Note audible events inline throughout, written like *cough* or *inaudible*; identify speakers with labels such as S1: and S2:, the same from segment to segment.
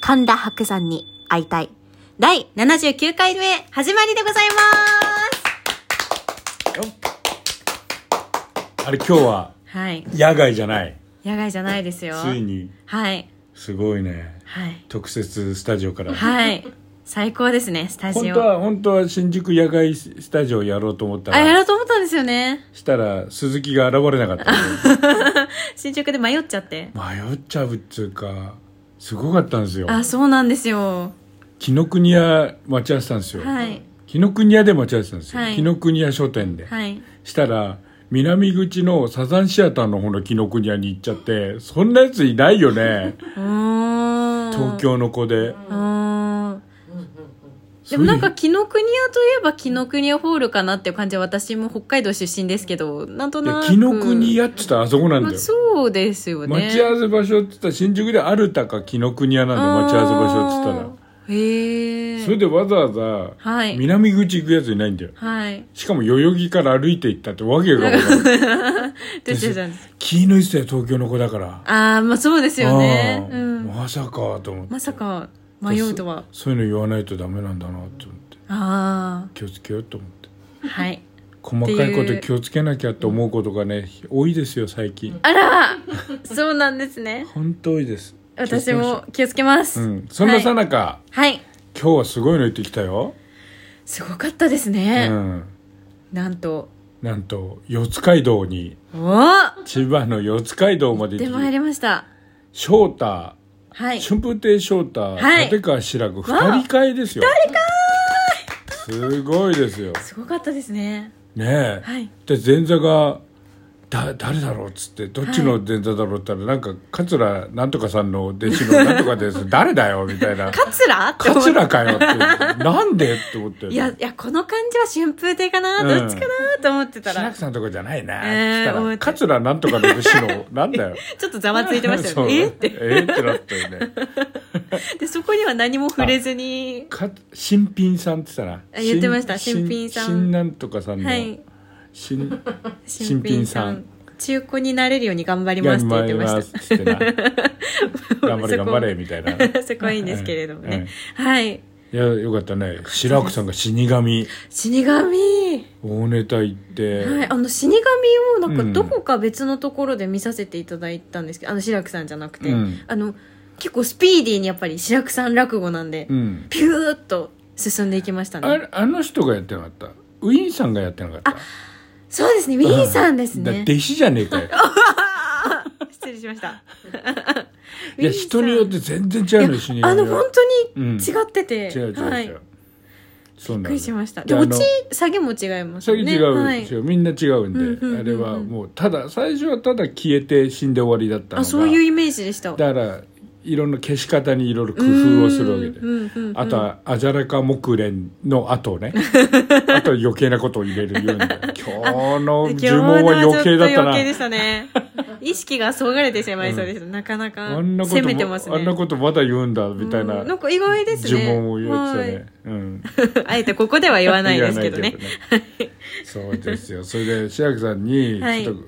S1: 神田白山に会いたい。第79回目、始まりでございます。
S2: あれ今日は
S1: はい。
S2: 野外じゃない
S1: 野外じゃないですよ。
S2: ついに
S1: はい。
S2: すごいね
S1: はい。
S2: 特設スタジオから、
S1: はい。最高ですね、スタジ
S2: 本
S1: オ。
S2: 当は本当は新宿野外スタジオやろうと思った
S1: あ、やろ
S2: ら
S1: うと思ったんですよね。 *laughs*
S2: したら鈴木が現れなかった
S1: 新宿で迷っちゃって。
S2: 迷っちゃうっつうかすごかったんですよ
S1: あ、そうなんですよ。
S2: 紀ノ国屋待ち合わせたんですよ、
S1: はい。
S2: 紀ノ国屋で待ち合わせたんですよ、
S1: はい
S2: 紀ノ国屋商店で、
S1: はい。
S2: したら南口のサザンシアターの方の紀ノ国屋に行っちゃってそんなやついないよね
S1: うーん。
S2: 東。京の子で
S1: うーん。でもなんか、紀ノ国屋といえば紀ノ国屋ホールかなっていう感じは、私も北海道出身ですけど、なんと
S2: いや
S1: なく。
S2: 紀ノ国屋っつったらあそこなん
S1: ま
S2: だ
S1: あ
S2: よ、
S1: そうですよね。
S2: 待ち合わせ場所っつったら新宿であるたか紀ノ国屋なんで待ち合わせ場所っつったら
S1: せ場所へえ。
S2: それでわざわ
S1: は
S2: ざ
S1: い。
S2: 南口行くやついないんだよ
S1: はい。
S2: しかも代々木から歩いて行ったってわけがわかん
S1: *laughs*
S2: ない
S1: 出てたんです。
S2: 気抜いてたよ東京の子だから
S1: ああ、まあそうですよね。
S2: あ
S1: う
S2: ー
S1: ん。
S2: まさかと思って
S1: まさか迷うとは。
S2: そういうの言わないとダメなんだなって思って
S1: あ
S2: 気をつけようと思って
S1: あ。はい。
S2: 細かいこ
S1: っていう
S2: と気をつけなきゃと思うことがね多いですよ最近
S1: あらそうなんですね。
S2: 本当多いです
S1: 私も気をつけます。
S2: うんそんなさ
S1: はい。
S2: なか
S1: はい。
S2: 今日はすごいの行ってきたよ
S1: すごかったです
S2: う
S1: ね。
S2: ん
S1: なんと。
S2: なんと四街道に
S1: おお
S2: 千葉の四街道まで
S1: 出
S2: 行
S1: 参
S2: って
S1: りました。
S2: 翔太
S1: はい。
S2: 春風亭翔太、
S1: はい
S2: 立川志らく
S1: わあ
S2: 二人会ですよ二人会すごいですよ
S1: すごかったですね。
S2: ねえ、
S1: はい。
S2: で前座がだ誰だろうっつってどっちの前座だろうって言ったら、なんか桂なんとかさんの弟子のなんとかで
S1: *laughs*
S2: す誰だよみたいな
S1: 桂って思って
S2: 桂かよってなんでって思って
S1: いや、いや、この感じは春風亭かな、
S2: うん
S1: どっちかなと思ってた
S2: 志ら
S1: ら
S2: く、さんとかじゃないな、
S1: えー
S2: した
S1: 思って
S2: ら桂なんとかの弟子のなんだよ
S1: *laughs* ちょっとざわついてましたよね。え
S2: *laughs* そう
S1: って。
S2: えってなったよね
S1: で、そこには何も触れずに、
S2: か新品さんって言ったら
S1: あ言ってました新品さん
S2: 新なんとかさんの、
S1: はい。
S2: 新
S1: 新
S2: 新
S1: 品
S2: 品
S1: さ
S2: さ
S1: ん
S2: ん。
S1: 中古になれるように頑張りますって言ってまし
S2: 頑張りますっつって
S1: た。*laughs*
S2: な頑張れ頑張れみたいない
S1: たそこ *laughs* はいいんですけれどもね。はい。
S2: やよかっ
S1: *laughs*
S2: たね白くさんが死神
S1: 死神。
S2: 大ネタ行って、
S1: はい、あの死神をなん
S2: う
S1: か
S2: ん
S1: どこか別のところで見させていただいたんですけど、あの白くさんじゃなくて、
S2: うん
S1: あの結構スピーディーにやっぱり白くさん落語なんで、
S2: うん
S1: ピューっと進んでいきました
S2: あ
S1: ね
S2: れあの人がやってなかったウィンさんがやってなかった
S1: そうですねウィンさんです
S2: だ
S1: ね
S2: 弟子じゃねえかよ
S1: 失礼しました
S2: いや人によって全然違うのよ死神
S1: あ
S2: は
S1: の本当に違ってて、
S2: 違う違う違う、
S1: はい、びっ
S2: そうなんだ
S1: くりしました
S2: で
S1: で
S2: あ
S1: 落
S2: の
S1: ち下げも違います
S2: そ
S1: よ
S2: れ
S1: ね
S2: 違う
S1: は
S2: でし
S1: い、
S2: ょ、みんな違うんで、
S1: うんうんうんうん
S2: あれはもうただ最初はただ消えて死んで終わりだったのが
S1: あそういうイメージでした
S2: だからいろんな消し方にいろいろ工夫をするわけで、
S1: うんうんうんうん
S2: あとは「あじゃらか木蓮」の後
S1: *laughs*
S2: ねあと余計なことを入れるように今日の呪文は余計だっ
S1: 今
S2: た
S1: 日のはちょと余計で
S2: な
S1: した
S2: *laughs*
S1: ね。意識がそがれてしまいそうでした。なかなか
S2: あんなこと
S1: 攻めてますね。
S2: あんなことまだ言うんだみたいな,、
S1: うんなんか意外ですね。
S2: 呪文を言ってたね、うん
S1: はいあえてここでは言わないですけどね。
S2: 言わないけどね *laughs* そうですよそれで志らくさんに、
S1: はい
S2: ちょっと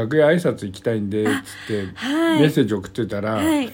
S2: 楽屋挨拶行きたいんで」つって
S1: はい
S2: メッセージ送ってたら、
S1: はい。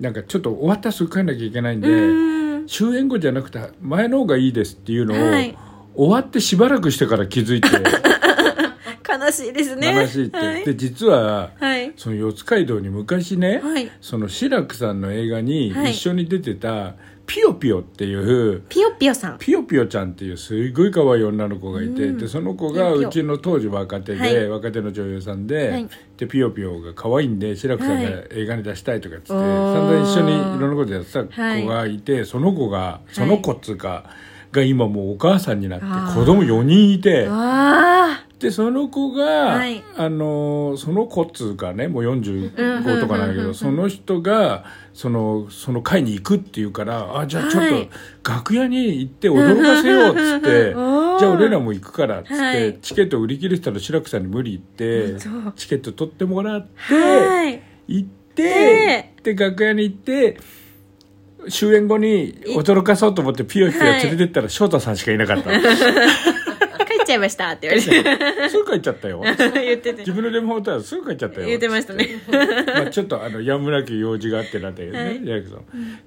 S2: なんかちょっと終わったらすぐ帰んなきゃいけないん
S1: う
S2: で、
S1: ーん。
S2: 終演後じゃなくて前の方がいいですっていうのを、
S1: はい
S2: 終わってしばらくしてから気づ
S1: *laughs*
S2: いて
S1: 悲しいですね。
S2: 悲しいって、
S1: はい
S2: で実は
S1: はい。
S2: その四街道に昔ね、
S1: はい
S2: その志らくさんの映画に
S1: はい
S2: 一緒に出てたピヨピヨっていう
S1: ピヨピヨさん。
S2: ピヨピヨちゃんっていうすごい可愛い女の子がいて、
S1: うん
S2: でその子
S1: ピ
S2: が
S1: ヨピヨ
S2: うちの当時若手で、
S1: はい
S2: 若手の女優さんで,、
S1: はい
S2: でピヨピヨが可愛いんで志らくさん
S1: は
S2: が
S1: い
S2: 映画に出したいとかっつって、
S1: おー
S2: 散々一緒にいろんなことやってた
S1: はい
S2: 子がいて、その子がその子っつうか、が今もうお母さんになって
S1: あー
S2: 子供4人いて
S1: わ
S2: でその子が、
S1: はい
S2: あのーその子っつうかねもう
S1: うんうんうん
S2: 45とかなんだけ
S1: うん
S2: どその人がそのその会に行くっていうからあじゃあちょっ
S1: はい
S2: と楽屋に行って驚かせようっつ
S1: *laughs*
S2: って、
S1: うんうん
S2: じゃあ俺らも行くからっつって、
S1: はい
S2: チケット売り切れてたら志らくさんに無理言って
S1: そう
S2: チケット取ってもらって
S1: ー。はい。
S2: 行ってで楽屋に行って終
S1: *laughs*
S2: 演後に驚かそうと思ってピヨピヨ連れてったら翔太さんしかいなかった。
S1: 帰っちゃいましたって言われて
S2: すぐ帰っちゃったよ
S1: *laughs* 言ってて
S2: *laughs* 自分のレモンウォーターすぐ帰っちゃったよ
S1: 言ってましたね
S2: まあちょっとあのやむなき用事があってなんだけどね、じゃなくて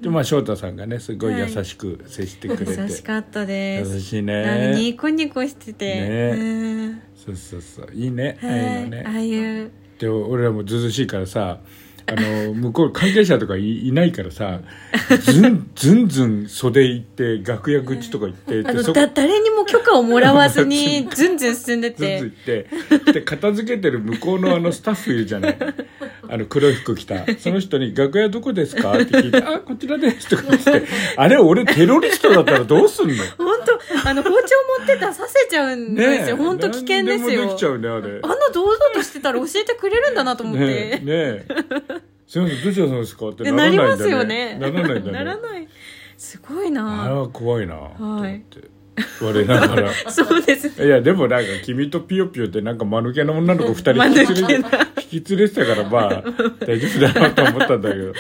S2: でまあ翔太さんがねすごい優しく接してくれて、
S1: *laughs* 優しかったです
S2: 優しいね
S1: なんかニコニコしてて、
S2: ね
S1: うん
S2: そうそうそういいねああ
S1: はい
S2: いうの
S1: あ
S2: ね
S1: あいう
S2: で俺らもずうずうしいからさあの向こう関係者とかいいないからさずんずんずん袖行って楽屋口とか行って
S1: *laughs* あの
S2: でそ
S1: だ誰にも許可をもらわず
S2: *laughs*
S1: にずんずん進んで
S2: ずん
S1: て
S2: ずん行ってで片付けてる向こうのあのスタッフいるじゃないあの黒い服着たその人に「楽屋どこですか?」って聞いて「あこちらです」とか言って「あれ俺テロリストだったらどうすんの?」
S1: 本当あの包丁持ってたら刺せちゃうんですよ、本当危険です
S2: 何でもで
S1: よ
S2: きちゃうねあれ
S1: あんな堂々としてたら教えてくれるんだなと思って、
S2: ねえねえすみませんどうしたんですかって
S1: ね
S2: な
S1: な
S2: らない
S1: りま
S2: んだね
S1: すよね
S2: ならないんだね
S1: ならないすごい
S2: あれ
S1: な
S2: は怖いなと思っ
S1: はい
S2: て、我ながら
S1: そうですね
S2: いやでもなんか君とピヨピヨってなんか *laughs* 間抜けな女の子2人
S1: 間
S2: 引き
S1: 抜け
S2: 連れ
S1: *laughs* な
S2: 引き連れてたからま
S1: *laughs*
S2: あ大丈夫だなと思ったんだけど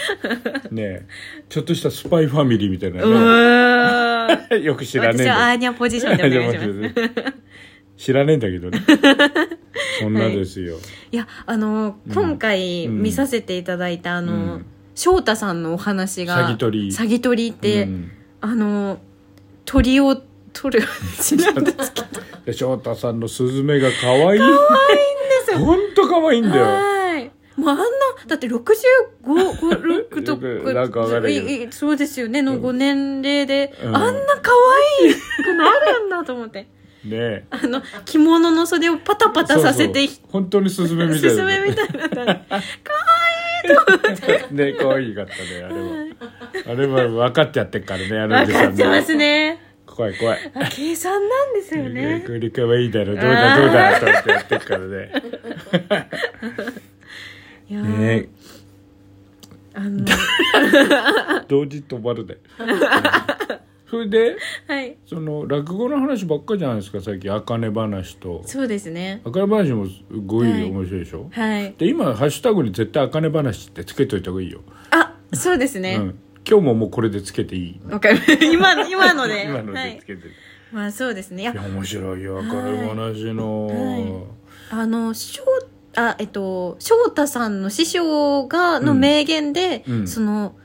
S2: ねえちょっとしたスパイファミリーみたいうな
S1: わー
S2: ねよく知らね
S1: 私
S2: えん
S1: はア
S2: だ
S1: ーニャポジションでお願いします
S2: *laughs* 知らねえんだけどねそんなですよ、
S1: いやあの
S2: うん
S1: 今回
S2: うん
S1: 見させていただいたあの、
S2: うん
S1: 翔太さんのお話が
S2: 詐欺取り
S1: 詐欺取りって、
S2: うん
S1: あの鳥を取
S2: *laughs*
S1: るしなんですけど
S2: で翔太さんのスズメが可愛い可
S1: 愛いんですよ
S2: 本当可愛いんだよ
S1: はいもうあんなだって6556と
S2: なんかわかんないけど
S1: いいそうですよねのご年齢で、
S2: うん
S1: あんな可愛いくなるんだと思って *laughs*
S2: ねえ
S1: あの着物の袖をパタパタさせて
S2: そうそう本当にスズメみたい
S1: す
S2: な
S1: すめみたいな感じ
S2: ね可愛いかったねあれは、あれは分かっちゃってっからねあのお
S1: 分
S2: じ
S1: か
S2: さ
S1: っ
S2: ん
S1: て
S2: も
S1: ますね
S2: 怖い怖い
S1: あ計算なんですよね
S2: これ可愛いだろどうだどうだと思ってやってっからね
S1: いやー
S2: ね
S1: あの
S2: 同時止まるでそれで
S1: はい
S2: その落語の話ばっかじゃないですか最近「あかね話」と
S1: そうですね
S2: 「あかね話」もすごい
S1: はい
S2: 面白いでしょ、
S1: はい
S2: で今ハッシュタグに絶対「あかね話」ってつけといた方がいいよ、
S1: あそうです
S2: う
S1: ね、
S2: ん、今日ももうこれでつけていい
S1: わかる *laughs* 今の今ので
S2: *laughs* 今の
S1: は
S2: で
S1: い
S2: つ、けてる、
S1: まあそうですねい
S2: い、
S1: や
S2: や面白いよあかね話の、
S1: はいあの翔あえっと翔太さんの師匠がの名言で、
S2: うんうん
S1: その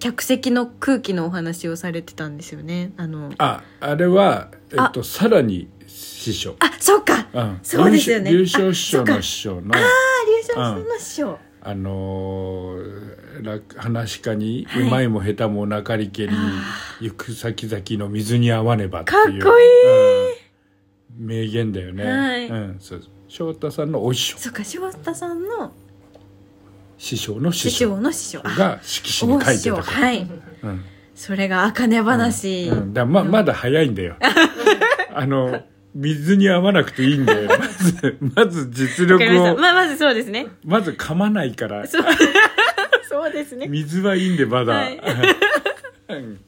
S1: 客席の空気のお話をされてたんですよねあの
S2: ああれは、えっと、さらに師匠、
S1: あそうかあ
S2: うん、
S1: そうですよね
S2: 優勝師匠
S1: あそっ
S2: の
S1: か
S2: 師匠の
S1: 竜翔さんの師匠、
S2: あのー落話し家に、
S1: はいう
S2: まいも下手もなかりけり行く先々の水に合わねばっていう
S1: かっこい
S2: い、うん名言だよね、
S1: はい
S2: うん、そう翔太さんのお師匠
S1: そうか翔太さんの
S2: 師匠の
S1: 師
S2: 師匠
S1: 匠の師匠あ
S2: が色紙
S1: 大
S2: に書い
S1: 師
S2: て
S1: 匠
S2: たから、
S1: はい
S2: うん
S1: それが茜話、
S2: うん、だままだ早いん
S1: *laughs*
S2: だよあの水に合わなくていいんだよまずまず実
S1: わ
S2: 力
S1: かりました
S2: を
S1: まあまずそう
S2: *laughs*
S1: ですね
S2: まず噛まないから
S1: そうそうですね
S2: 水はいいんでまだ、
S1: はい
S2: うん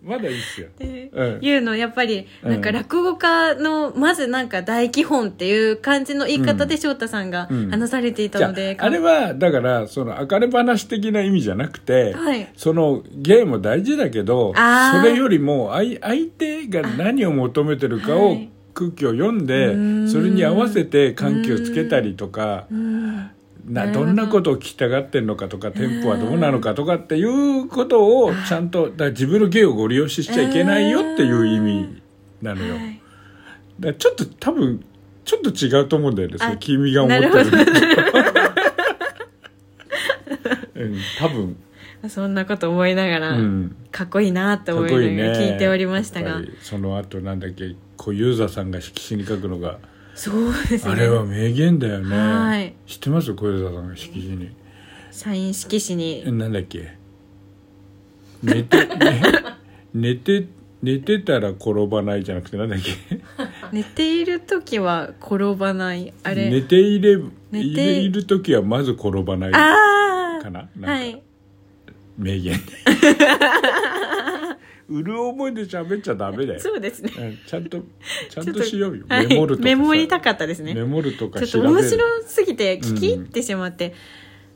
S2: まだいいっすよ、
S1: って
S2: うん
S1: いうのをやっぱりなんか落語家のまずなんか大基本っていう感じの言い方で翔太さんが
S2: うん
S1: 話されてい
S2: じ
S1: た
S2: ゃ
S1: ので、
S2: ああれはだからそのあかね話的な意味じゃなくて、
S1: はい
S2: その芸も大事だけど
S1: あー
S2: それよりもあい相手が何を求めてるか
S1: は
S2: を
S1: い
S2: 空気を読ん
S1: う
S2: で
S1: ーん
S2: それに合わせて緩急をつけたりとか
S1: うんな
S2: な
S1: るほど
S2: どんなことを聞きたがってんのかとかテンポはどうなのかとかっていうことをちゃんとだから自分の芸をご利用しちゃいけないよっていう意味なのよ。
S1: はい
S2: だからちょっと多分ちょっと違うと思うんだよねそれ
S1: あ
S2: 君が思ってる
S1: なるほど
S2: うん、多分、
S1: *laughs* そんなこと思いながら、
S2: うん、
S1: かっこいいなと
S2: かっ
S1: 思い
S2: こいい
S1: な
S2: ね
S1: がら聞いておりました
S2: や
S1: が、
S2: っぱりその後なんだっけ小遊三さんが色紙に書くのが、
S1: そうですね
S2: あれは名言だよね、
S1: はい
S2: 知ってます小遊三さんが色紙に、
S1: サイン色紙に
S2: えなんだっけ寝て、 *laughs* ね、寝て寝てたら転ばないじゃなくてなんだっけ
S1: 寝ている時は転ばないあ
S2: 寝
S1: れ
S2: ていれ
S1: 寝て
S2: いれいる時はまず転ばないか
S1: あ
S2: な
S1: あ
S2: なんか
S1: はい
S2: 名言うる覚えで喋っちゃダメだよ、
S1: そうですね
S2: うんちゃんとちゃ
S1: ちょ
S2: ん
S1: っ
S2: としようよ
S1: はい
S2: メモるとか
S1: メ
S2: さ
S1: モりたかったです
S2: メ
S1: ね
S2: モるとか
S1: ちょっと
S2: 調べる
S1: 面白すぎて聞き入ってしまって、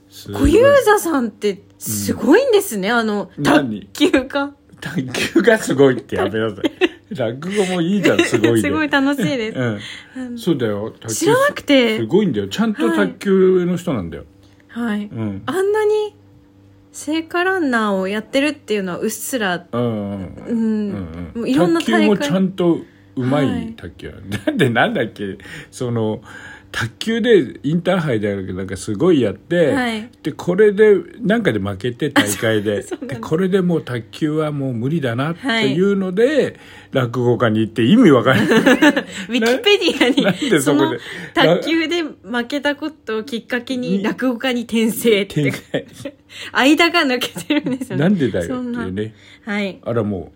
S2: すご
S1: 小
S2: い
S1: 遊三さんってすごいんですね、あの
S2: 何
S1: 卓球が *laughs*
S2: 卓球がすごいってやめなさい落語もいいじゃんすごいね
S1: すごい楽しいです。
S2: う
S1: うん
S2: ん、そうだよ卓球
S1: 知らなくて
S2: すごいんだよちゃんと卓球の人なんだよ、
S1: はい。
S2: うん
S1: あんなに聖火ランナーをやってるっていうのはうっすら、
S2: うんうん
S1: う、
S2: うんん
S1: も
S2: う
S1: うんいろんな
S2: 卓球
S1: 大
S2: もちゃ
S1: 会。
S2: んとうま
S1: はいい
S2: 卓球 *laughs* やる、だってなんだっけその卓球でインターハイであるけどなんかすごいやって、
S1: はい
S2: でこれでなんかで負けて大会で
S1: そうそうなんだ
S2: でこれでもう卓球はもう無理だなっていうので、落語家に行って意味わかんない
S1: *laughs* ウィキペディ
S2: な
S1: ア
S2: んで
S1: に、
S2: そ
S1: そ
S2: こ
S1: の
S2: で
S1: 卓球で負けたことをきっかけに
S2: に
S1: 落語家に転生って
S2: 展、開
S1: *laughs* 間が抜けてるんですよね。
S2: なんでだよ
S1: そ
S2: って
S1: ん
S2: いう
S1: な。
S2: ね
S1: はい。
S2: あらも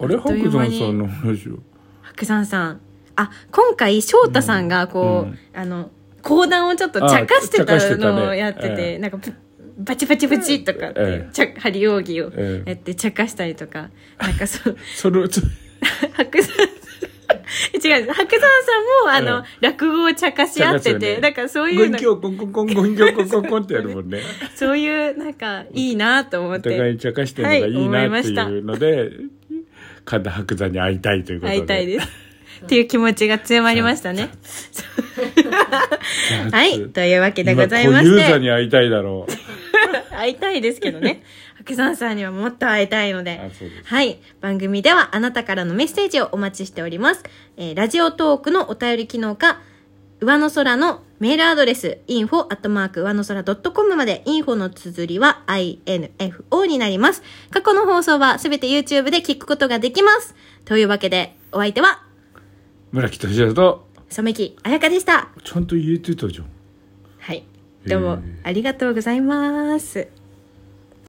S2: うあれ
S1: と
S2: 白
S1: いう間
S2: 山
S1: に
S2: さんの話を
S1: 白山さん。あ、今回、翔太さんが、こう、
S2: うん
S1: あの、講談をちょっと茶化して
S2: あ茶化し
S1: た
S2: てたね
S1: のをやってて、
S2: ええ
S1: なんか、バチバチバチとかって、
S2: ええ
S1: ちゃ張り扇を
S2: ええ
S1: やって茶化したりとか、なんかそう、 *laughs*
S2: そのつ
S1: 白山さん、違うんです白山さんも、あの、
S2: え
S1: 落語を茶化し合って
S2: 茶化すよ
S1: て、
S2: ね
S1: なんかそういう
S2: 軍
S1: の、
S2: 教コンコンコン軍教コンコンコンってやるもんね
S1: そういう、なんか、いいなと思っ
S2: お互い
S1: て、
S2: に茶化してるのがいい
S1: はい思
S2: ないっ
S1: ま
S2: て
S1: した
S2: いうので、神田伯山に会いたいということで
S1: 会いたいです。っていう気持ちが強まりましたね。
S2: す
S1: *laughs* はい。というわけでございま
S2: 今
S1: して。
S2: 小遊三に会いたいだろう
S1: *laughs* 会いたいですけど
S2: *laughs*
S1: ね。白山さんにはもっと会いたいの
S2: あ
S1: で。
S2: そうです
S1: はい。番組ではあなたからのメッセージをお待ちしております。えーラジオトークのお便り機能か、上の空のメールアドレス、info アットマーク上の空 .com まで、info の綴りは info になります。過去の放送はすべて YouTube で聞くことができます。というわけで、お相手は、
S2: 村木敏夫と
S1: 染木彩香でした。
S2: ちゃんと言えてたじゃん
S1: はい。どうもありがとうございます。